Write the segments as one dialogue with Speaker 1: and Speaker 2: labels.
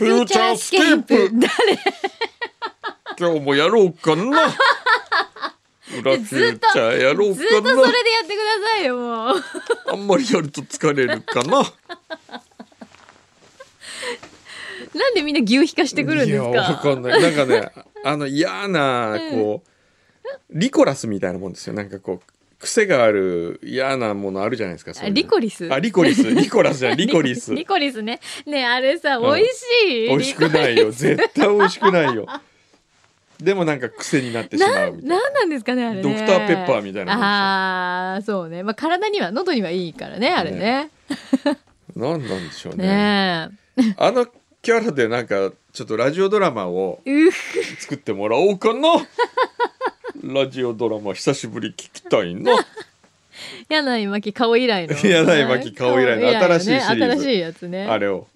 Speaker 1: ースケープ
Speaker 2: 誰
Speaker 1: 今日もやろうか な裏フューチャーやろう
Speaker 2: ずっとそれでや
Speaker 1: かな
Speaker 2: ってくださいよもう
Speaker 1: あんまりやると疲れるかな
Speaker 2: なんでみんな牛皮化してくるんです
Speaker 1: いやわ
Speaker 2: か
Speaker 1: かんないなんか ねあの嫌なこう、リコラスみたいなもんですよなんかこう癖がある嫌なものあるじゃないですかそういうの
Speaker 2: リコリス
Speaker 1: あリコリスリコラスじゃんリコリス
Speaker 2: リコリスねねえあれさ、
Speaker 1: うん
Speaker 2: 美味しい
Speaker 1: 美味しくないよ絶対美味しくないよでもなんか癖になってしまうみたいな
Speaker 2: なんなんですかねあれね
Speaker 1: ドクターペッパーみたいなもんですよ
Speaker 2: ああそうねまあ体には喉にはいいからねあれね
Speaker 1: なんなんでしょうね
Speaker 2: ね
Speaker 1: あのキャラでなんかちょっとラジオドラマを
Speaker 2: えうっ
Speaker 1: 作ってもらおうか なラジオドラマ久しぶり聞きたい な
Speaker 2: 柳井真紀顔以来の
Speaker 1: 柳井真紀顔以来の
Speaker 2: 顔ね
Speaker 1: 新しいシリーズ
Speaker 2: 新しいやつね
Speaker 1: あれを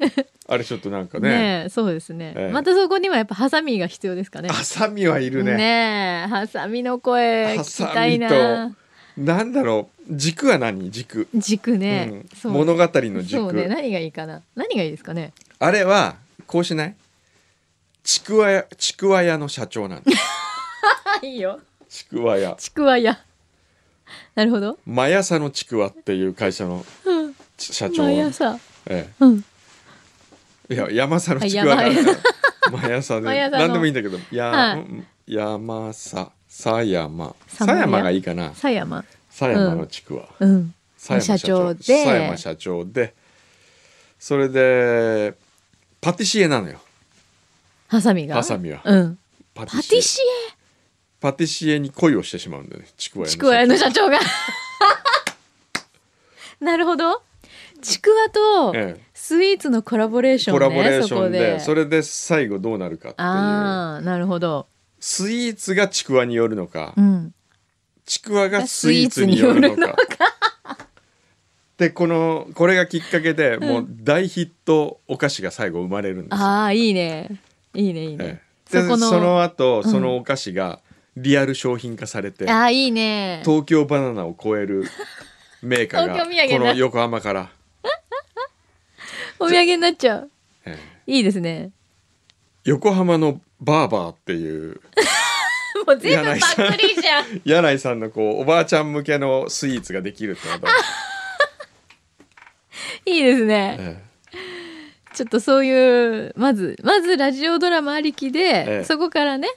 Speaker 1: あれちょっとなんか
Speaker 2: ね
Speaker 1: ね
Speaker 2: えそうですね、
Speaker 1: ええ
Speaker 2: またそこにはやっぱハサミが必要ですかね
Speaker 1: ハサミはいるね
Speaker 2: ねえハサミの声
Speaker 1: ハ
Speaker 2: 聞き
Speaker 1: サ
Speaker 2: たい
Speaker 1: ミ
Speaker 2: な
Speaker 1: となんだろう軸は何軸、
Speaker 2: 軸ね、
Speaker 1: うん
Speaker 2: そう
Speaker 1: 物語の軸、
Speaker 2: そうね何がいいかな何がいいですかね
Speaker 1: あれはこうしないちくわやちくわ屋の社長 なんだ
Speaker 2: あいいよ
Speaker 1: ちくわ屋
Speaker 2: ちくわやなるほど
Speaker 1: マヤサのちくわっていう会社の
Speaker 2: うん
Speaker 1: ち社長、
Speaker 2: 毎
Speaker 1: え
Speaker 2: 朝
Speaker 1: え
Speaker 2: うん
Speaker 1: いや山佐のちくわ
Speaker 2: あ
Speaker 1: だ
Speaker 2: 山
Speaker 1: マヤサで
Speaker 2: マヤサの
Speaker 1: 何でもいいんだけどや、
Speaker 2: は
Speaker 1: う
Speaker 2: い
Speaker 1: ん山佐さやま
Speaker 2: さ
Speaker 1: さ
Speaker 2: まや
Speaker 1: やまがいいかな
Speaker 2: 狭山
Speaker 1: さやまのちくわ、
Speaker 2: うん
Speaker 1: 狭山
Speaker 2: 社長で
Speaker 1: 狭山社長でそれでパティシエなのよ
Speaker 2: ハサミが
Speaker 1: ハサミは
Speaker 2: うん
Speaker 1: パテ
Speaker 2: パティシ
Speaker 1: パティシエに恋をしてしまうんだよねちくわ屋
Speaker 2: エ
Speaker 1: の
Speaker 2: ちくわ屋の 社長がなるほどちくわと
Speaker 1: ええ
Speaker 2: スイーツのコラボレーション
Speaker 1: コ
Speaker 2: ね
Speaker 1: ラボレーションで
Speaker 2: そ
Speaker 1: そ
Speaker 2: こで
Speaker 1: れで最後どうなるかっていう
Speaker 2: ああなるほど
Speaker 1: スイーツがちくわによるのか、
Speaker 2: うん
Speaker 1: ちくわがスイーツによるのかでこのこれがきっかけで、もう大ヒットお菓子が最後生まれるんですよ、
Speaker 2: ああいいねいいねいい
Speaker 1: え
Speaker 2: ね、
Speaker 1: えで
Speaker 2: そこ
Speaker 1: そ
Speaker 2: の
Speaker 1: の後
Speaker 2: ん
Speaker 1: そのお菓子がリアル商品化されて、
Speaker 2: ああいいね
Speaker 1: 東京バナナを超えるメーカーが
Speaker 2: 東京土産だ
Speaker 1: この横浜から、
Speaker 2: お土産になっちゃう
Speaker 1: ええ
Speaker 2: いいですね
Speaker 1: 横浜のバーバーっていう
Speaker 2: もう全部パックリじゃん
Speaker 1: 柳井さんのこうおばあちゃん向けのスイーツができるってこと、
Speaker 2: いいですね
Speaker 1: え
Speaker 2: ちょっとそういうまずまずラジオドラマありきで、
Speaker 1: ええ
Speaker 2: そこからね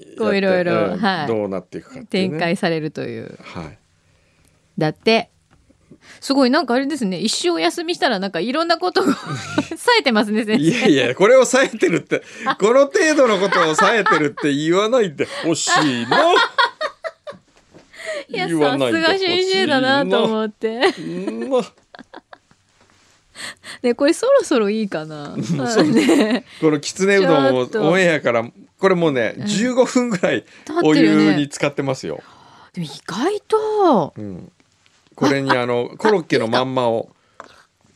Speaker 1: え
Speaker 2: こういろいろ
Speaker 1: やってうん
Speaker 2: はい
Speaker 1: どうなっていくかっていうね
Speaker 2: 展開されるという
Speaker 1: はい
Speaker 2: だってすごいなんかあれですね一生お休みしたらなんかいろんなことが 冴えてますね先
Speaker 1: いやいやこれを抑えてるってこの程度のことを抑えてるって言わないでほしいな
Speaker 2: 生いや
Speaker 1: 言わ
Speaker 2: さ
Speaker 1: ない
Speaker 2: す
Speaker 1: でほ
Speaker 2: が
Speaker 1: しいな
Speaker 2: 先生だなと思って
Speaker 1: うんま
Speaker 2: ねこれそろそろいいか な ね
Speaker 1: このきつねうどん
Speaker 2: ちょっと
Speaker 1: をオンエアからこれもうね15分ぐらい
Speaker 2: 経ってるよね
Speaker 1: お湯に使ってますよ、
Speaker 2: でも意外と
Speaker 1: うん、これにあのコロッケのまんまを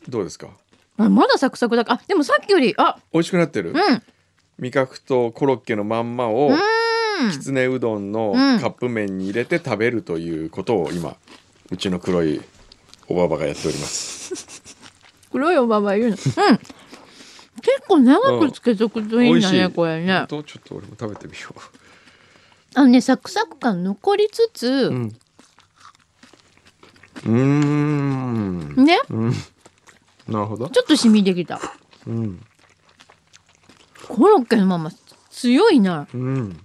Speaker 1: どうですか
Speaker 2: あまだサクサクだあでもさっきよりあ
Speaker 1: 美味しくなってる、
Speaker 2: うん
Speaker 1: 味覚とコロッケのまんまをきつねうどんの
Speaker 2: うん
Speaker 1: カップ麺に入れて食べるということを今うちの黒いおばばがやっております
Speaker 2: 黒いおばばいるのうん結構長くつけとくといいんだね、
Speaker 1: うん美味しい
Speaker 2: これね
Speaker 1: ほんとちょっと俺も食べてみよ
Speaker 2: あのねサクサク感残りつつ
Speaker 1: うう、んうーん
Speaker 2: ね
Speaker 1: うんなるほど
Speaker 2: ちょっと染みてきた
Speaker 1: うん
Speaker 2: コロッケのまま強いな
Speaker 1: うん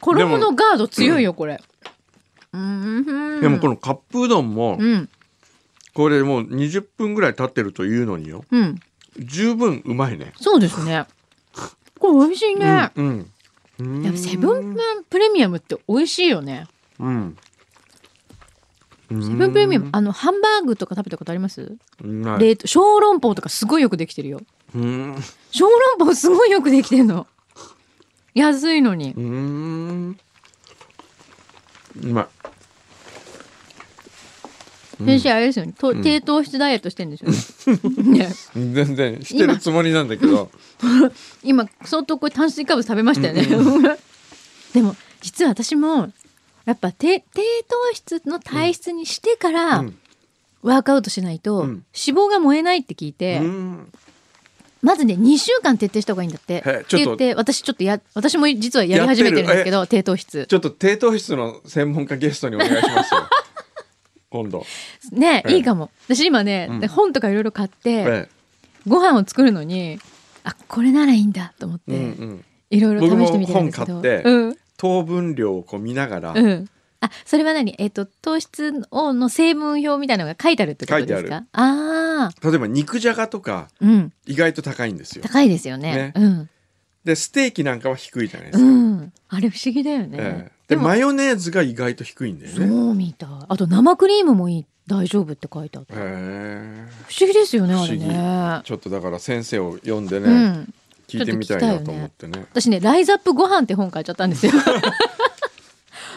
Speaker 2: 衣のガード強いよこれうん
Speaker 1: でもこのカップうどんも
Speaker 2: うん
Speaker 1: これもう20分ぐらい経ってるというのによ
Speaker 2: うん
Speaker 1: 十分うまいね
Speaker 2: そうですねこれ美味しいね、
Speaker 1: うんうん
Speaker 2: でもセブンプレミアムって美味しいよね
Speaker 1: うん
Speaker 2: セブンプレミアムあのハンバーグとか食べたことあります、
Speaker 1: うんない
Speaker 2: 冷凍小籠包とかすごいよくできてるよ
Speaker 1: うん
Speaker 2: 小籠包すごいよくできてんの安いのに
Speaker 1: うーんうまい
Speaker 2: 先生あれですよね、と低糖質ダイエットしてんですよね ね
Speaker 1: 全然してるつもりなんだけど
Speaker 2: 今相当これ炭水化物食べましたよね、 でも実は私もやっぱ低低糖質の体質にしてから、
Speaker 1: うん
Speaker 2: ワークアウトしないと、
Speaker 1: うん
Speaker 2: 脂肪が燃えないって聞いて、
Speaker 1: うん
Speaker 2: まずね2週間徹底した方がいいんだって。
Speaker 1: へ
Speaker 2: っ
Speaker 1: ちょ
Speaker 2: て
Speaker 1: っと
Speaker 2: 言って私ちょっとや私も実はやり始めてるんですけど低糖質
Speaker 1: ちょっと低糖質の専門家ゲストにお願いします よ今度、
Speaker 2: ね、
Speaker 1: ええ
Speaker 2: いいかも私今ね、
Speaker 1: うん
Speaker 2: で本とかいろいろ買って、
Speaker 1: え
Speaker 2: ご飯を作るのにあこれならいいんだと思っ
Speaker 1: えうん
Speaker 2: て
Speaker 1: うん、
Speaker 2: いろいろ試してみてるんですけど、
Speaker 1: 僕も本買って
Speaker 2: うん
Speaker 1: 糖分量をこう見ながら、
Speaker 2: うんあそれは何えっ、と糖質をの成分表みたいなのが書いてあるってことです
Speaker 1: 書いて
Speaker 2: か
Speaker 1: あ
Speaker 2: ああ
Speaker 1: 例えば肉じゃがとか
Speaker 2: ーうん
Speaker 1: 意外と高いんですよ
Speaker 2: 高いですよね
Speaker 1: ね
Speaker 2: うん
Speaker 1: でステーキなんかは低いじゃないです
Speaker 2: う
Speaker 1: か、
Speaker 2: んあれ不思議だよね、
Speaker 1: ええでマヨネーズが意外と低いんだよ
Speaker 2: そ
Speaker 1: ね
Speaker 2: うみたいあと生クリームもいい大丈夫って書いてあった、
Speaker 1: へえ
Speaker 2: 不思議ですよねあ
Speaker 1: 不
Speaker 2: れね
Speaker 1: ちょっとだから先生を読んでね、
Speaker 2: うん
Speaker 1: 聞いてみたいなと思ってね
Speaker 2: 私ね「ライズアップご飯って本買っちゃった んですよ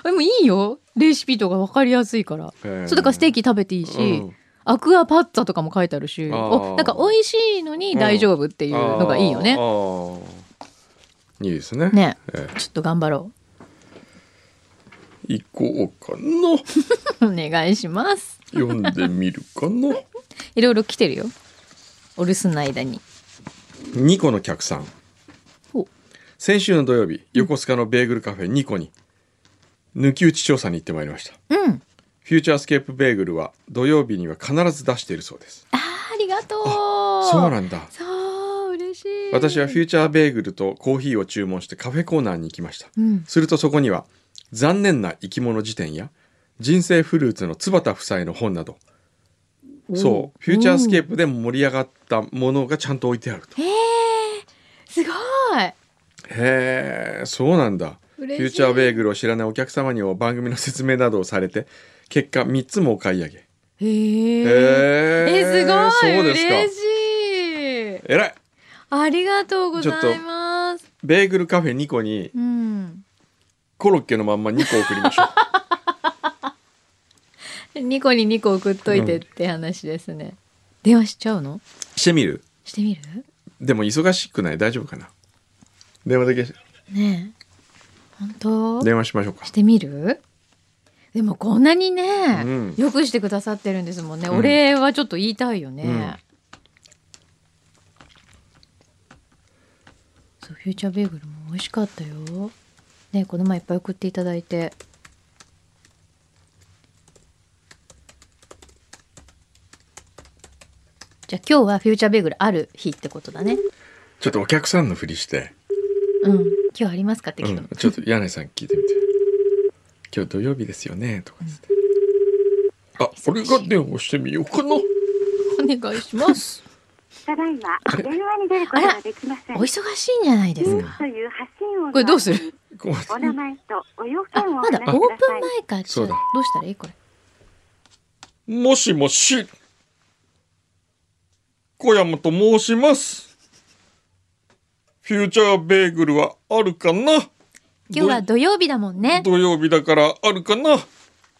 Speaker 2: でもいいよレシピとか分かりやすいから、
Speaker 1: へえ
Speaker 2: そうだからステーキ食べていいし、
Speaker 1: うん
Speaker 2: アクアパッツァとかも書いてあるし
Speaker 1: あー
Speaker 2: おなんか美味しいのに大丈夫っていうのがいいよね
Speaker 1: あ、ーいいですね
Speaker 2: ね
Speaker 1: ええ
Speaker 2: ちょっと頑張ろ
Speaker 1: 行こうかな
Speaker 2: う お願いします
Speaker 1: 読んでみるかない
Speaker 2: ろいろ来てるよお留守の間に
Speaker 1: 2個の客さん
Speaker 2: お
Speaker 1: 先週の土曜日横須賀のベーグルカフェ2個に抜き打ち調査に行ってまいりました
Speaker 2: うん
Speaker 1: フューチャースケープベーグルは土曜日には必ず出しているそうです
Speaker 2: あーありがとう
Speaker 1: そうなんだ
Speaker 2: そう嬉しい
Speaker 1: 私はフュ
Speaker 2: ュ
Speaker 1: ーチャーベーグルとコーヒーを注文してカフェコーナーに行きました
Speaker 2: うん
Speaker 1: するとそこには残念な生き物辞典や人生フルーツの椿田夫妻の本などそうフューチャースケープでも盛り上がったものがちゃんと置いてあると
Speaker 2: へえすごい
Speaker 1: へえそうなんだフ
Speaker 2: 嬉しい
Speaker 1: ューチャーベーグルを知らないお客様にも番組の説明などをされて結果3つもお買い上げへ
Speaker 2: へえ
Speaker 1: え
Speaker 2: えすごい
Speaker 1: そうですか
Speaker 2: 嬉しい
Speaker 1: えらい
Speaker 2: ありがとうご
Speaker 1: ち
Speaker 2: ざ
Speaker 1: ょっ
Speaker 2: い
Speaker 1: と
Speaker 2: ます
Speaker 1: ベーグルカフェ2個に
Speaker 2: うん
Speaker 1: コロッケのまんま2個送りましょう
Speaker 2: 2個に2個送っといてって話ですね、電話しちゃうの
Speaker 1: してみる
Speaker 2: してみる
Speaker 1: でも忙しくない大丈夫かな電話だけし
Speaker 2: ねえ本当
Speaker 1: 電話しましょうか
Speaker 2: してみるでもこんなにね、
Speaker 1: うん
Speaker 2: よくしてくださってるんですもんね、
Speaker 1: うん
Speaker 2: お礼はちょっと言いたいよね、
Speaker 1: うん
Speaker 2: そうフューチャーベーグルも美味しかったよねこの前いっぱい送っていただいてじゃあ今日はフューチャーベーグルある日ってことだね
Speaker 1: ちょっとお客さんのふりして
Speaker 2: うん今日ありますかって聞くの、
Speaker 1: うん、ちょっと柳井さん聞いてみて「今日土曜日ですよね」とかつって、あ俺が電話してみようかな
Speaker 2: お願いします。
Speaker 3: ただいま電話に出ることができませ ん。
Speaker 2: お忙しいんじゃないですか。
Speaker 3: という発信音の
Speaker 2: これどうする
Speaker 1: ごめん
Speaker 3: お名前とお要
Speaker 2: あ、
Speaker 3: 件をお
Speaker 2: ま
Speaker 3: 話し
Speaker 2: だ
Speaker 3: く
Speaker 2: オ
Speaker 3: だ
Speaker 2: ー
Speaker 3: さ
Speaker 2: プン
Speaker 3: い。
Speaker 2: 前か。
Speaker 1: そうだ
Speaker 2: ちょっとどうしたらいいこれ。
Speaker 1: もしもし小山と申しますフューチャーベーグルはあるかな
Speaker 2: 今日は土曜日だもんね
Speaker 1: ど。土曜日だからあるかな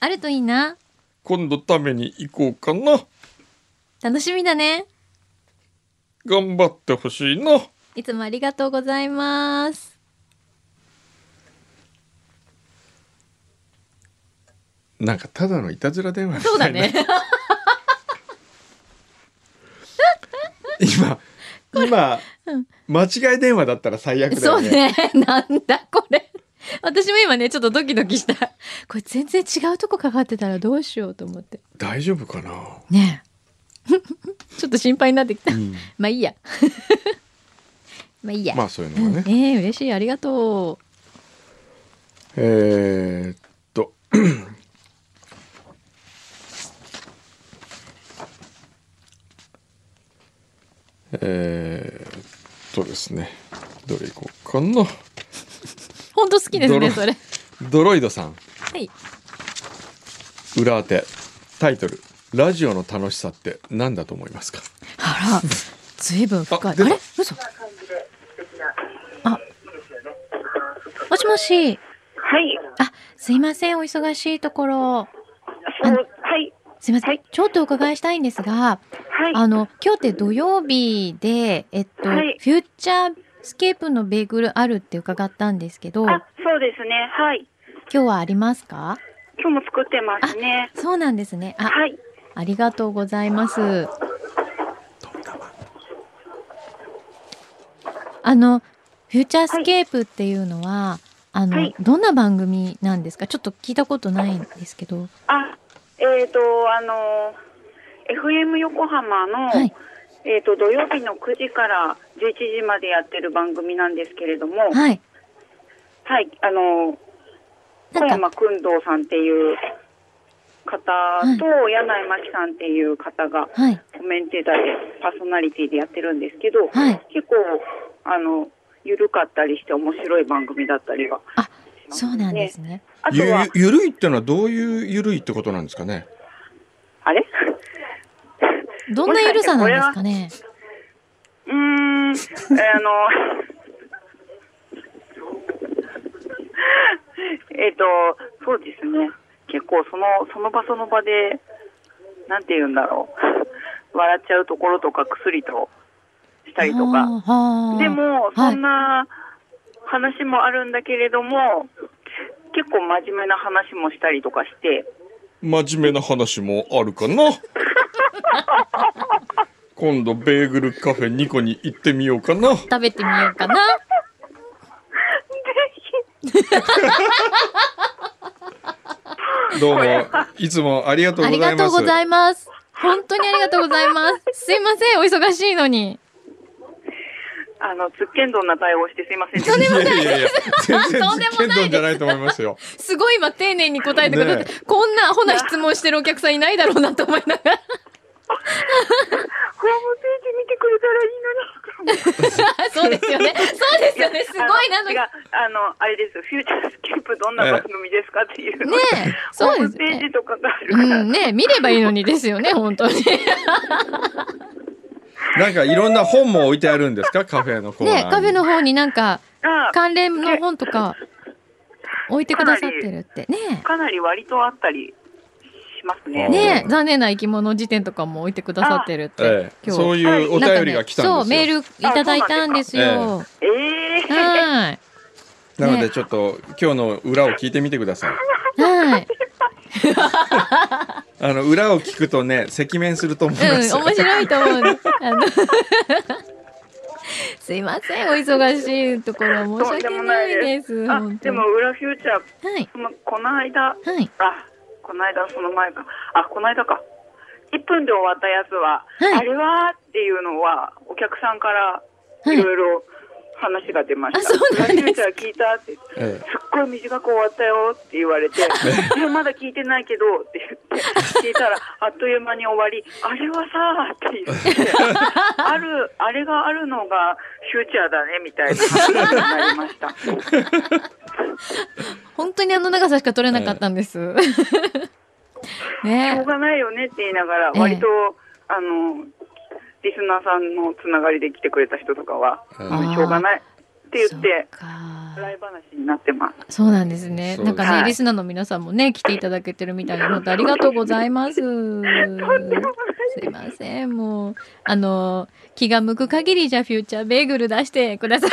Speaker 2: あるといいな。
Speaker 1: 今度食べに行こうかな
Speaker 2: 楽しみだね。
Speaker 1: 頑張ってほしいない
Speaker 2: つもありがとうございます。
Speaker 1: なんかただのいたずら電話みたいな
Speaker 2: そうだね。
Speaker 1: 今今、間違い電話だったら最悪だ
Speaker 2: そ
Speaker 1: よ
Speaker 2: う
Speaker 1: ね
Speaker 2: ね。なんだこれ。私も今ねちょっとドキドキした。これ全然違うとこかかってたらどうしようと思って。
Speaker 1: 大丈夫かな、
Speaker 2: ねえ。 ちょっと心配になってきた。まあいいや。 まあいいや。
Speaker 1: まあそういうのがね、
Speaker 2: ええ嬉しいありがとう。
Speaker 1: えー、っと えー、っとですねどれいこうかな
Speaker 2: 本当好きです
Speaker 1: ドロ
Speaker 2: ねそれ。
Speaker 1: ドロイドさん
Speaker 2: はい。
Speaker 1: 裏当てタイトル「ラジオの楽しさって何だと思いますか?
Speaker 2: あら、ずいぶん深い。あ
Speaker 1: あ出た
Speaker 2: れ、嘘。あ、もしもし。
Speaker 3: はい、
Speaker 2: あ、すいません、お忙しいところ。
Speaker 3: そう、はい、
Speaker 2: すいません、
Speaker 3: はい
Speaker 2: ちょっとお伺いしたいんですが、
Speaker 3: はい、
Speaker 2: あの、今日って土曜日で、えっと、
Speaker 3: はい
Speaker 2: フューチャースケープのベーグルあるって伺ったんですけど、今
Speaker 3: あ、そうですね、はい、
Speaker 2: 日はありますか
Speaker 3: 今日も作ってますね。
Speaker 2: そうなんですね。あ、
Speaker 3: はい、
Speaker 2: ありがとうございます。あのフューチャースケープっていうのは、あの、
Speaker 3: はい
Speaker 2: どんな番組なんですか。ちょっと聞いたことないんですけど。
Speaker 3: あ、えっ、と、あの、FM 横浜の、
Speaker 2: はい
Speaker 3: えっ、と、土曜日の9時から11時までやってる番組なんですけれども、はい、
Speaker 2: はい。
Speaker 3: あの、小
Speaker 2: なんか
Speaker 3: 山くんどうさんっていう方と、柳井真紀さんっていう方が、
Speaker 2: はい
Speaker 3: コメンテーターでパーソナリティでやってるんですけど、
Speaker 2: はい
Speaker 3: 結構あの緩かったりして面白い番組だったりは
Speaker 2: あそうなんですね。
Speaker 3: あと
Speaker 1: ゆ
Speaker 3: は
Speaker 1: ゆるいってのはどういうゆるいってことなんですかね。
Speaker 3: あれ
Speaker 2: どんなゆるさなんですかね。
Speaker 3: うーんあの えっとそうですね結構そのその場その場でなんて言うんだろう笑っちゃうところとか薬としたりとか
Speaker 2: あー
Speaker 3: で、も、
Speaker 2: はい
Speaker 3: そんな話もあるんだけれども、結構真面目な話もしたりとか して、
Speaker 1: 真面目な話もあるかな。今度ベーグルカフェニコに行ってみようかな。
Speaker 2: 食べてみようか な。
Speaker 1: どうもいつもありがとう
Speaker 2: あ
Speaker 1: ご
Speaker 2: り
Speaker 1: ざ
Speaker 2: が
Speaker 1: い
Speaker 2: と
Speaker 1: ま
Speaker 2: う
Speaker 1: す
Speaker 2: ご。ざいます。本当にありがとうございます。すいません、お忙しいのに。
Speaker 3: あの、つっけんどんな対応してすいませんで
Speaker 1: い
Speaker 3: した。
Speaker 1: やいやいや、全然
Speaker 2: とんでもないで
Speaker 1: 実
Speaker 2: す
Speaker 1: 験論じゃないと思いますよ。
Speaker 2: すごい今丁寧に答えてくださって、
Speaker 1: ね
Speaker 2: こんなアホな質問してるお客さんいないだろうなと思いながら。
Speaker 3: ホームページ見てくれたらいいのに。
Speaker 2: そうですよね。そうですよね。すごいなのに。
Speaker 3: 違う
Speaker 2: ね
Speaker 3: あの、あれです、フューチャースケープどんな番組ですかっていう。
Speaker 2: え、そう
Speaker 3: ホ
Speaker 2: で
Speaker 3: ーム
Speaker 2: す
Speaker 3: ペー
Speaker 2: ね
Speaker 3: ジ。とかがある
Speaker 2: う
Speaker 3: から。
Speaker 2: ん、ねえ見ればいいのにですよね、本当に。
Speaker 1: なんかいろんな本も置いてあるんですか、カフェのコーナー
Speaker 2: ね
Speaker 1: に。
Speaker 2: えカフェの方になんか、
Speaker 3: が
Speaker 2: 関連の本とか、置いてくださってるって。ねえ
Speaker 3: かなり割とあったりしますね。
Speaker 2: ねえ、残念な生き物辞典とかも置いてくださってるって、
Speaker 1: ええ、
Speaker 2: 今日
Speaker 1: そういうお便りが来た
Speaker 2: なん
Speaker 1: んで
Speaker 2: かねそう
Speaker 1: す
Speaker 2: メ
Speaker 1: よ。
Speaker 2: ールいただいたんです
Speaker 1: あそう
Speaker 2: よ、
Speaker 3: ええー
Speaker 2: はい
Speaker 1: なのでちょっと今日の裏を聞いてみてください。
Speaker 2: はい
Speaker 1: あの裏を聞くとね、赤面すると思い
Speaker 2: うん
Speaker 1: ます。
Speaker 2: 面白いと思うんですあ のすいませんお忙しいところ申し訳ないです
Speaker 3: あ
Speaker 2: 本、当
Speaker 3: で
Speaker 2: に
Speaker 3: も、裏フューチャー、
Speaker 2: はい
Speaker 3: そのこの間、
Speaker 2: はい
Speaker 3: あ、この間その前か。あ、この間か。1分で終わったやつは、
Speaker 2: はい
Speaker 3: あれはっていうのは、お客さんから
Speaker 2: はい
Speaker 3: いろいろ話が出ました。
Speaker 2: あそうなんです
Speaker 3: ブラジルちゃん聞いたって、す
Speaker 1: え
Speaker 3: っごい短く終わったよって言われて、いや、まだ聞いてないけどって言って、聞いたら、あっという間に終わり、あれはさーって言って、 ある、あれがあるのがフューチャーだねみたいな話になりました。
Speaker 2: 本当にあの長さしか取れなかったんです、
Speaker 3: しょう
Speaker 2: ね
Speaker 3: がないよねって言いながら、
Speaker 2: ええ
Speaker 3: 割と、あの、リスナーさんのつながりで来てくれた人とかは、
Speaker 1: え
Speaker 2: あー
Speaker 3: しょうがないって言って、
Speaker 2: そうか
Speaker 3: 笑い話になってます。
Speaker 2: そうなんですね
Speaker 1: そう
Speaker 2: なんかね、
Speaker 3: はい
Speaker 2: リスナーの皆さんもね来ていただけてるみたいなのでありがとうございますすいません、もう、あの、気が向く限りじゃフューチャーベーグル出してくだ さい。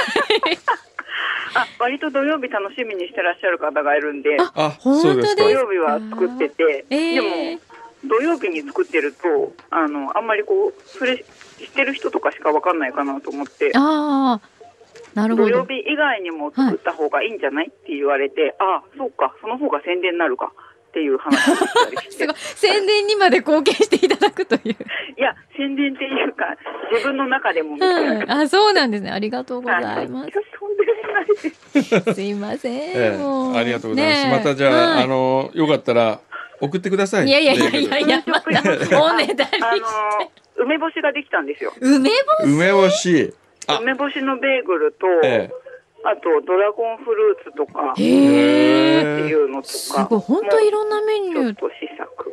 Speaker 3: あ、割と土曜日楽しみにしてらっしゃる方がいるんで、
Speaker 1: あ、
Speaker 2: 本
Speaker 1: そうで
Speaker 2: 当です
Speaker 1: す
Speaker 2: か
Speaker 1: か
Speaker 3: 土。曜日は作ってて、
Speaker 2: え
Speaker 3: でも、
Speaker 2: え
Speaker 3: 土曜日に作ってると、あの、あんまりこう、それ知ってる人とかしかわかんないかなと思って、
Speaker 2: ああ、なる
Speaker 3: 土
Speaker 2: ほ
Speaker 3: 曜
Speaker 2: ど。
Speaker 3: 日以外にも作った方がいいんじゃない、って言われて、ああ、そうか、その方が宣伝になるかっていう話をしたりし
Speaker 2: す
Speaker 3: て
Speaker 2: ごい。。宣伝にまで貢献していただくという。
Speaker 3: いや、宣伝っていうか、自分の中でもみたいな。
Speaker 2: うん。あ、そうなんですね。ありがとうございま
Speaker 3: やとんでもないです。
Speaker 2: す。すいません。
Speaker 1: え
Speaker 2: もう
Speaker 1: え、ありがとうございます。
Speaker 2: ねえ
Speaker 1: またじゃあ、
Speaker 2: はい
Speaker 1: あのよかったら送ってください。
Speaker 2: いやいやいやいやいや、またおねだり
Speaker 3: あのー、梅干しができたんですよ。
Speaker 2: 梅干し
Speaker 1: 梅干し。あ、
Speaker 3: 梅干しのベーグルと、
Speaker 1: え
Speaker 3: あとドラゴンフルーツとかって
Speaker 1: え。
Speaker 2: へえ。
Speaker 3: いうのとか。
Speaker 2: すごい。本当いろんなメニ
Speaker 3: も
Speaker 2: ュ
Speaker 3: う
Speaker 2: ー
Speaker 3: ちょっと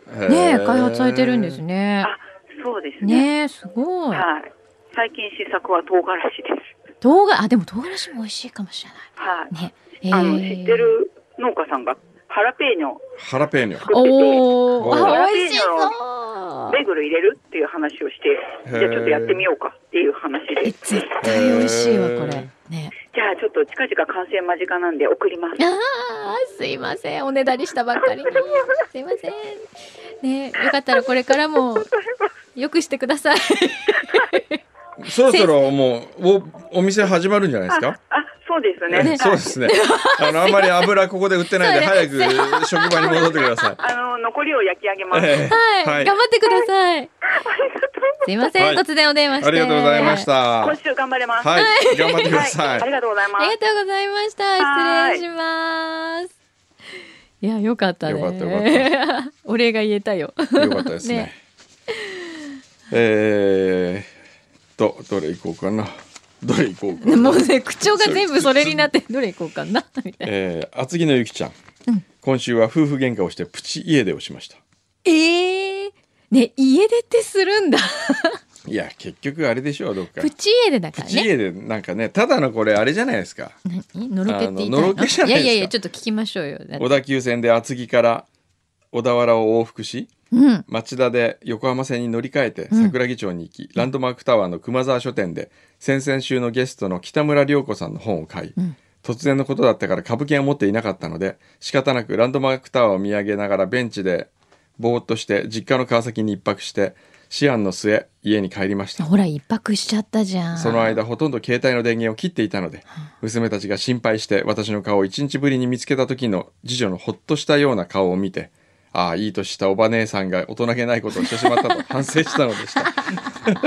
Speaker 3: 試作。
Speaker 1: へ
Speaker 2: ね
Speaker 1: え
Speaker 2: え開発されてるんです。ね。
Speaker 3: あ、そうですね。
Speaker 2: ねえすごい。
Speaker 3: はい。最近試作は唐辛子です。
Speaker 2: 唐辛あでも唐辛子も美味しいかもしれ
Speaker 3: はい。
Speaker 2: ないね。
Speaker 3: あ
Speaker 2: え
Speaker 3: の、
Speaker 2: ー
Speaker 3: 知ってる農家さんが、ハラペーニョ
Speaker 1: ハラペーニョ。
Speaker 3: 作ってて、
Speaker 2: おお
Speaker 1: ハ
Speaker 2: あ
Speaker 3: ラ
Speaker 2: 美
Speaker 3: ペ
Speaker 2: 味
Speaker 3: ー
Speaker 2: し
Speaker 3: ニ
Speaker 2: そう。
Speaker 3: ベーグル入れるっていう話をして、じゃあちょっとやってみようかっていう話
Speaker 2: え
Speaker 3: で。
Speaker 2: 絶対美味しいわこれね。
Speaker 3: じゃあちょっと近々完成間近なんで送ります。
Speaker 2: あーすいませんおねだりしたば っかりにすいませんねよかったらこれからもよくしてください。
Speaker 1: そろそろもうおお店始まるんじゃないですか
Speaker 3: あ、そうですね。
Speaker 1: そうですねあのあんまり油ここで売ってないんで早く職場に戻ってください
Speaker 3: あの残りを焼き上げます。
Speaker 1: え
Speaker 2: はい、
Speaker 1: はい
Speaker 2: 頑張ってください。すいません、
Speaker 1: はい
Speaker 2: 突然お電話し
Speaker 1: え
Speaker 2: て。
Speaker 1: ありがとうございまし。たは
Speaker 3: 今
Speaker 1: い
Speaker 3: 週頑張れます。
Speaker 1: 頑張ってくださ
Speaker 3: はいありがとうございま
Speaker 2: あ
Speaker 3: す
Speaker 2: り。がとうございました。
Speaker 3: は
Speaker 2: 失礼します。いや、よかったね。
Speaker 1: よかったよ
Speaker 2: お礼が言えたよ。
Speaker 1: よかったですね。
Speaker 2: ね
Speaker 1: えー、とどれ行こうかな。どれ行こうかな。
Speaker 2: もうね、口調が全部それになって、どれ行こうかな、みたいな。
Speaker 1: えー厚木のゆきちゃん,、今週は夫婦喧嘩をしてプチ家出をしました。
Speaker 2: ええー。ね、家出ってするんだ。
Speaker 1: いや結局あれでしょうどっか。
Speaker 2: プチ家出だか
Speaker 1: プ
Speaker 2: ら
Speaker 1: チ
Speaker 2: ね。
Speaker 1: 家出なんかねただのこれあれじゃないですか。
Speaker 2: 何のろけって言いたいの
Speaker 1: あののろけじゃないですか
Speaker 2: やいやいや、ちょっと聞きましょうよ。
Speaker 1: 小田急線で厚木から小田原を往復し。
Speaker 2: うん。
Speaker 1: 町田で横浜線に乗り換えて
Speaker 2: ん
Speaker 1: 桜木町に行き、ランドマークタワーの熊沢書店で先々週のゲストの北村涼子さんの本を買い、
Speaker 2: ん
Speaker 1: 突然のことだったから株券を持っていなかったので仕方なくランドマークタワーを見上げながらベンチでぼーっとして実家の川崎に一泊して思案の末家に帰りました
Speaker 2: ほら、一泊しちゃったじゃん。
Speaker 1: その。間ほとんど携帯の電源を切っていたので娘たちが心配して私の顔を1日ぶりに見つけた時の次女のほっとしたような顔を見てああいい年したおば姉さんが大人げないことをしてしまった と反省したのでした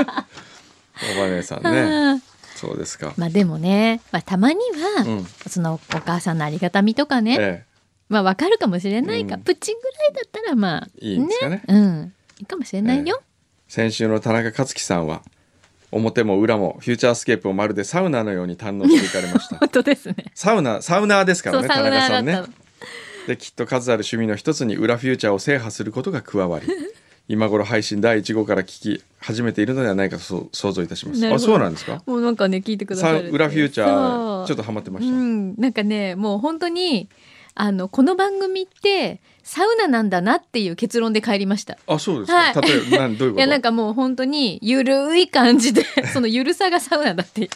Speaker 1: おば姉さんねそうですか、
Speaker 2: まあでもね、まあ、たまには、
Speaker 1: うん
Speaker 2: そのお母さんのありがたみとかね、
Speaker 1: え
Speaker 2: まあわかるかもしれないか、
Speaker 1: うん
Speaker 2: プチぐらいだったらまあ
Speaker 1: いいんですかね
Speaker 2: うんいいかもしれないよ、
Speaker 1: 先週の田中克樹さんは表も裏もフューチャースケープをまるでサウナのように堪能していかれました
Speaker 2: 本当ですね
Speaker 1: サウナサウナーですから
Speaker 2: そう
Speaker 1: ね
Speaker 2: サ
Speaker 1: 田
Speaker 2: ウ
Speaker 1: 中
Speaker 2: ナーだ
Speaker 1: さ
Speaker 2: っ
Speaker 1: ん
Speaker 2: た
Speaker 1: ね
Speaker 2: の、
Speaker 1: できっと数ある趣味の一つに裏フューチャーを制覇することが加わ り今頃配信第1号から聞き始めているのではないかとそう想像いたします
Speaker 2: なる
Speaker 1: あ
Speaker 2: ほど
Speaker 1: そうなんですか
Speaker 2: もうなんかね聞いてくだ
Speaker 1: さ
Speaker 2: さ
Speaker 1: ん
Speaker 2: る
Speaker 1: 裏フューチャーちょっ
Speaker 2: と
Speaker 1: とハマってま
Speaker 2: う
Speaker 1: した、
Speaker 2: んなんかねもう本当にあのこの番組ってサウナなんだなっていう結論で帰りました
Speaker 1: あそうですか、
Speaker 2: はい
Speaker 1: 例えばなんどういうこ
Speaker 2: い
Speaker 1: と
Speaker 2: やなんかもう本当にゆるい感 じでそのゆるさがサウナだって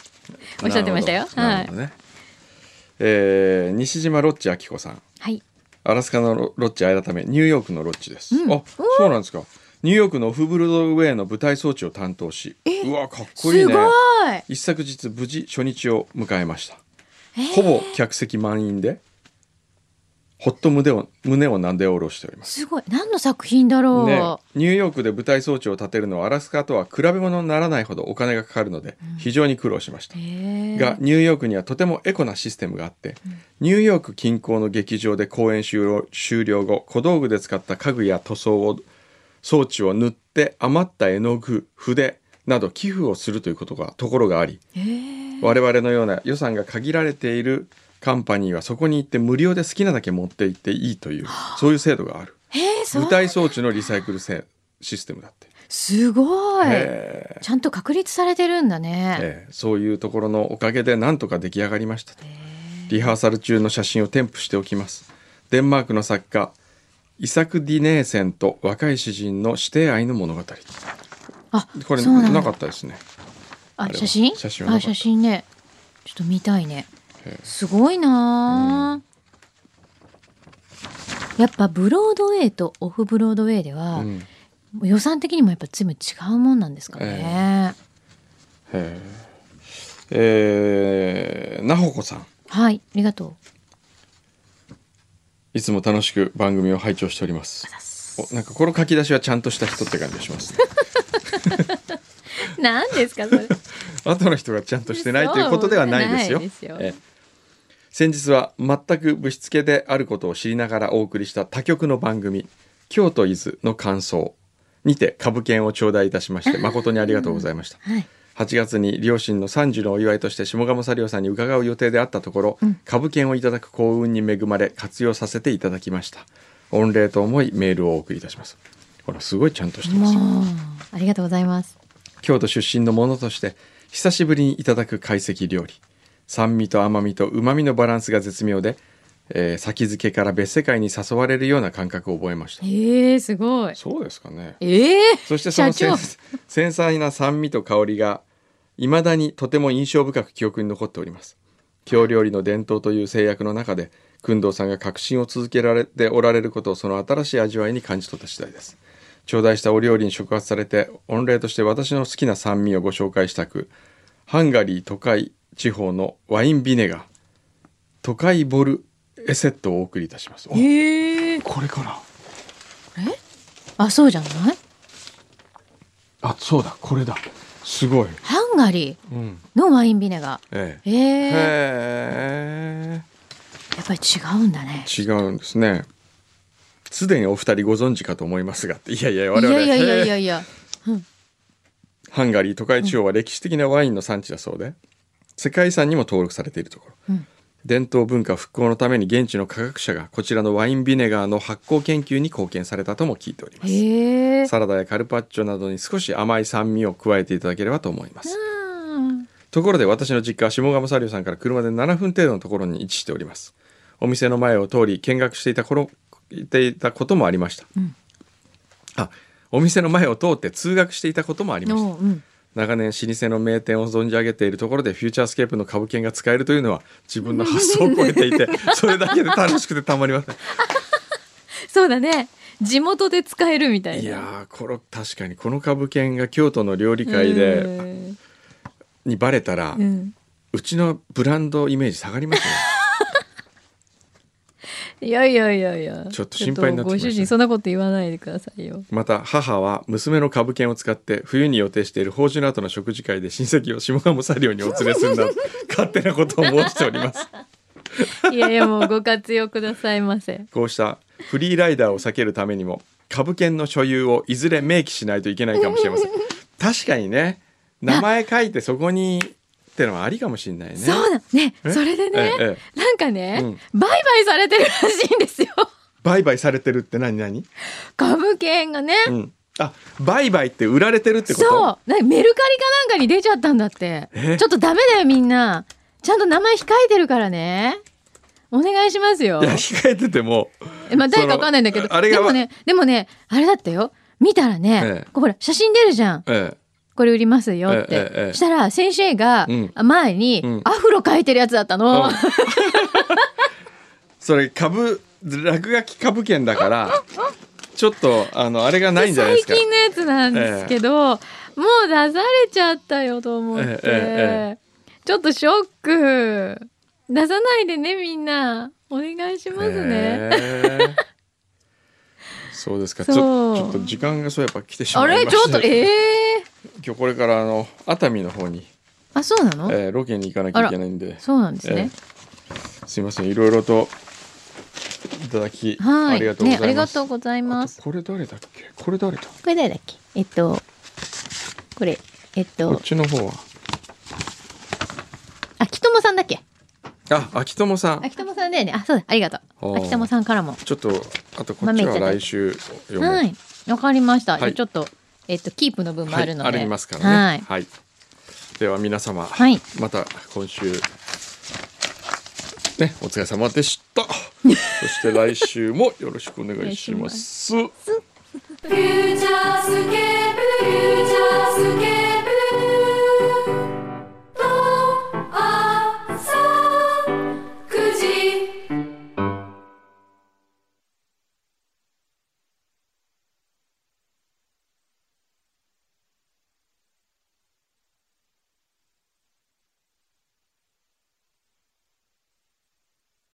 Speaker 2: おっしゃってましたよ
Speaker 1: な
Speaker 2: は
Speaker 1: る
Speaker 2: い
Speaker 1: ほどなるほどね、えー西島ロッチ明子さん
Speaker 2: はい
Speaker 1: アラスカのロロッチ改めニューヨークのロッチです、
Speaker 2: うん
Speaker 1: あそうなんですかニューヨークのオフブロードウェイの舞台装置を担当しうわかっこいい
Speaker 2: す
Speaker 1: ね
Speaker 2: ごい
Speaker 1: 一昨日無事初日を迎えました
Speaker 2: えー
Speaker 1: ほぼ客席満員で、ほっと胸を胸をなで下ろしております。
Speaker 2: すごい何の作品だろう、
Speaker 1: ね、ニューヨークで舞台装置を建てるのはアラスカとは比べ物にならないほどお金がかかるので非常に苦労しました、
Speaker 2: へー
Speaker 1: がニューヨークにはとてもエコなシステムがあって、ニューヨーク近郊の劇場で公演終了終了後小道具で使った家具や塗装を装置を塗って余った絵の具筆など寄付をするということがところがあり、
Speaker 2: へー
Speaker 1: 我々のような予算が限られているカンパニーはそこに行って無料で好きなだけ持って行っていいというそういう制度がある
Speaker 2: えー、そう
Speaker 1: 舞台装置のリサイクルせシステムだって、
Speaker 2: すごい、
Speaker 1: え
Speaker 2: ちゃんと確立されてるんだ
Speaker 1: ー
Speaker 2: ね、
Speaker 1: えーそういうところのおかげでなんとか出来上がりましたとリハーサル中の写真を添付しておきますデンマークの作家イサク・ディネーセンと若い詩人の師弟愛の物語
Speaker 2: あ
Speaker 1: これ
Speaker 2: そうなんだ
Speaker 1: なかったですねあ
Speaker 2: あ
Speaker 1: れは
Speaker 2: 写真
Speaker 1: 写真はなか
Speaker 2: あ
Speaker 1: った
Speaker 2: 写真ねちょっと見たいね
Speaker 1: ええ
Speaker 2: すごいなあ、やっぱブロードウェイとオフブロードウェイでは、
Speaker 1: うん
Speaker 2: 予算的にもやっぱ全部違うもんなんですかね、
Speaker 1: へーえー、なほこさん
Speaker 2: はいありがとう
Speaker 1: いつも楽しく番組を拝聴しております。おなんかこの書き出しはちゃんとした人って感じがします ね。
Speaker 2: 何ですかそ れ
Speaker 1: 後の人がちゃんとしてないということではないですよ。
Speaker 2: そうですよ
Speaker 1: ええ先日は全くぶしつけであることを知りながらお送りした他局の番組「京都伊豆」の感想にて株券を頂戴いたしま して誠にありがとうございました。
Speaker 2: はい
Speaker 1: 8月に両親の30のお祝いとして下鴨サリオさんに伺う予定であったところ、株券をいただく幸運に恵まれ活用させていただきました御礼と思いメールをお送りいたしますほらすごいちゃんとしてますよ
Speaker 2: もうありがとうございます
Speaker 1: 京都出身のものとして久しぶりにいただく懐石料理酸味と甘みと旨味のバランスが絶妙で、えー先付けから別世界に誘われるような感覚を覚えました
Speaker 2: ええすごい
Speaker 1: そうですかね
Speaker 2: ええ
Speaker 1: そしてその
Speaker 2: 社
Speaker 1: 繊
Speaker 2: 長
Speaker 1: 繊細な酸味と香りが未だにとても印象深く記憶に残っております京料理の伝統という制約の中で工藤さんが革新を続けられておられることをその新しい味わいに感じ取った次第です頂戴したお料理に触発されて御礼として私の好きな酸味をご紹介したくハンガリー都会地方のワインビネガー都会ボルエセットをお送りいたします。お
Speaker 2: へえ。
Speaker 1: これかな
Speaker 2: あ、そうじゃない
Speaker 1: あそうだこれだすごい。
Speaker 2: ハンガリ
Speaker 1: うん、
Speaker 2: ーのワインビネガ
Speaker 1: え
Speaker 2: ー。
Speaker 1: え
Speaker 2: へえ。
Speaker 1: へえ
Speaker 2: やっぱり違うんだね。
Speaker 1: 違うんですね。すでにお二人ご存知かと思いますがっていやいや我
Speaker 2: い
Speaker 1: 々
Speaker 2: やいやいやいや
Speaker 1: へえ
Speaker 2: いや。
Speaker 1: ハンガリー都会地方は歴史的なワインの産地だそうで、世界遺産にも登録されているところ
Speaker 2: うん。
Speaker 1: 伝統文化復興のために現地の科学者がこちらのワインビネガーの発酵研究に貢献されたとも聞いております
Speaker 2: へえ。
Speaker 1: サラダやカルパッチョなどに少し甘い酸味を加えていただければと思います
Speaker 2: うん
Speaker 1: ところで私の実家は下鴨サリューさんから車で7分程度のところに位置しておりますお店の前を通り見学していた頃行っていたこともありました、
Speaker 2: うん
Speaker 1: あお店の前を通って通学していたこともありました
Speaker 2: おううん。
Speaker 1: 長年老舗の名店を存じ上げているところでフューチャースケープの株券が使えるというのは自分の発想を超えてい てそれだけで楽しくてたまりません
Speaker 2: そうだね。地元で使 えるみたいな。
Speaker 1: いやーこれ確かにこの株券が京都の料理会で
Speaker 2: うん
Speaker 1: にバレたら、う
Speaker 2: うん。
Speaker 1: ちのブランドイメージ下がりますね
Speaker 2: いやいやいやいや。
Speaker 1: ちょっと心配になってきました
Speaker 2: ちょっとご主人そんなこと言わないでくださいよ。
Speaker 1: また母は娘の株券を使って冬に予定している芳醇の後の食事会で親戚を下鴨サリオにお連れするなど勝手なことを申しており ます
Speaker 2: いやいやもうご活用くださいませ。
Speaker 1: こうしたフリーライダーを避けるためにも株券の所有をいずれ明記しないといけないかもしれません確かにね名前書いてそこにってのはありかもしれないね
Speaker 2: そうだね。
Speaker 1: え
Speaker 2: それでね、
Speaker 1: ええ
Speaker 2: なんかね、
Speaker 1: うん
Speaker 2: 売買されてるらしいんですよ。
Speaker 1: 売買されてるって何何
Speaker 2: 株券がね。
Speaker 1: うんあ売買って売られてるってこと
Speaker 2: そう、なメルカリかなんかに出ちゃったんだって
Speaker 1: え。
Speaker 2: ちょっとダメだよみんな。ちゃんと名前控えてるからね。お願いしますよ
Speaker 1: い。や控えてても
Speaker 2: えまあ誰かわかんないんだけど。
Speaker 1: そのあれが
Speaker 2: でもね、でもね、あれだったよ。見たらね、
Speaker 1: ええ
Speaker 2: ここほら写真出るじゃん。
Speaker 1: ええ
Speaker 2: これ売りますよっ
Speaker 1: え
Speaker 2: て。
Speaker 1: えええ
Speaker 2: したら先生が
Speaker 1: うん
Speaker 2: 前に
Speaker 1: うん
Speaker 2: アフロ描いてるやつだった
Speaker 1: う
Speaker 2: の。
Speaker 1: ん それ株落書き株券だからちょっとあのあれがないんじゃないで
Speaker 2: 最
Speaker 1: すか
Speaker 2: 近のやつなんですけど、もう出されちゃったよと思って、
Speaker 1: えええ
Speaker 2: ちょっとショック出さないでねみんなお願いしますね、
Speaker 1: へーそうですかちょ
Speaker 2: そう
Speaker 1: ちょっと時間がそういえば来てしま
Speaker 2: あ
Speaker 1: いま
Speaker 2: れ
Speaker 1: した
Speaker 2: ちょっとええ
Speaker 1: 今日これからあの熱海の方に、
Speaker 2: あそうなの、
Speaker 1: えーロケに行かなきゃいけないんで
Speaker 2: そうなんですね、
Speaker 1: すいませんいろいろといただき、
Speaker 2: はい
Speaker 1: ありがとうございます、
Speaker 2: ねありがとうございます
Speaker 1: あとこれ誰だっけこれ誰だ
Speaker 2: これ誰だっけえっとこれえっ
Speaker 1: ことっちの方は
Speaker 2: あきともさんだっけ
Speaker 1: あ秋友さん
Speaker 2: あきともさんだよねあそうだありがと
Speaker 1: あ
Speaker 2: う
Speaker 1: ー
Speaker 2: あきともさんからも
Speaker 1: ちょっとあとこっちは
Speaker 2: 豆いただい
Speaker 1: 来
Speaker 2: て
Speaker 1: 週読む、
Speaker 2: はいわかりました、
Speaker 1: はい
Speaker 2: じゃあちょっとえっとキープの分もあるので、
Speaker 1: はい、ありますからね。
Speaker 2: はい
Speaker 1: では皆様、
Speaker 2: はい
Speaker 1: また今週ねお疲れ様でした。 そして来週もよろしくお願いします。
Speaker 4: 「フューチャースケープフューチャースケ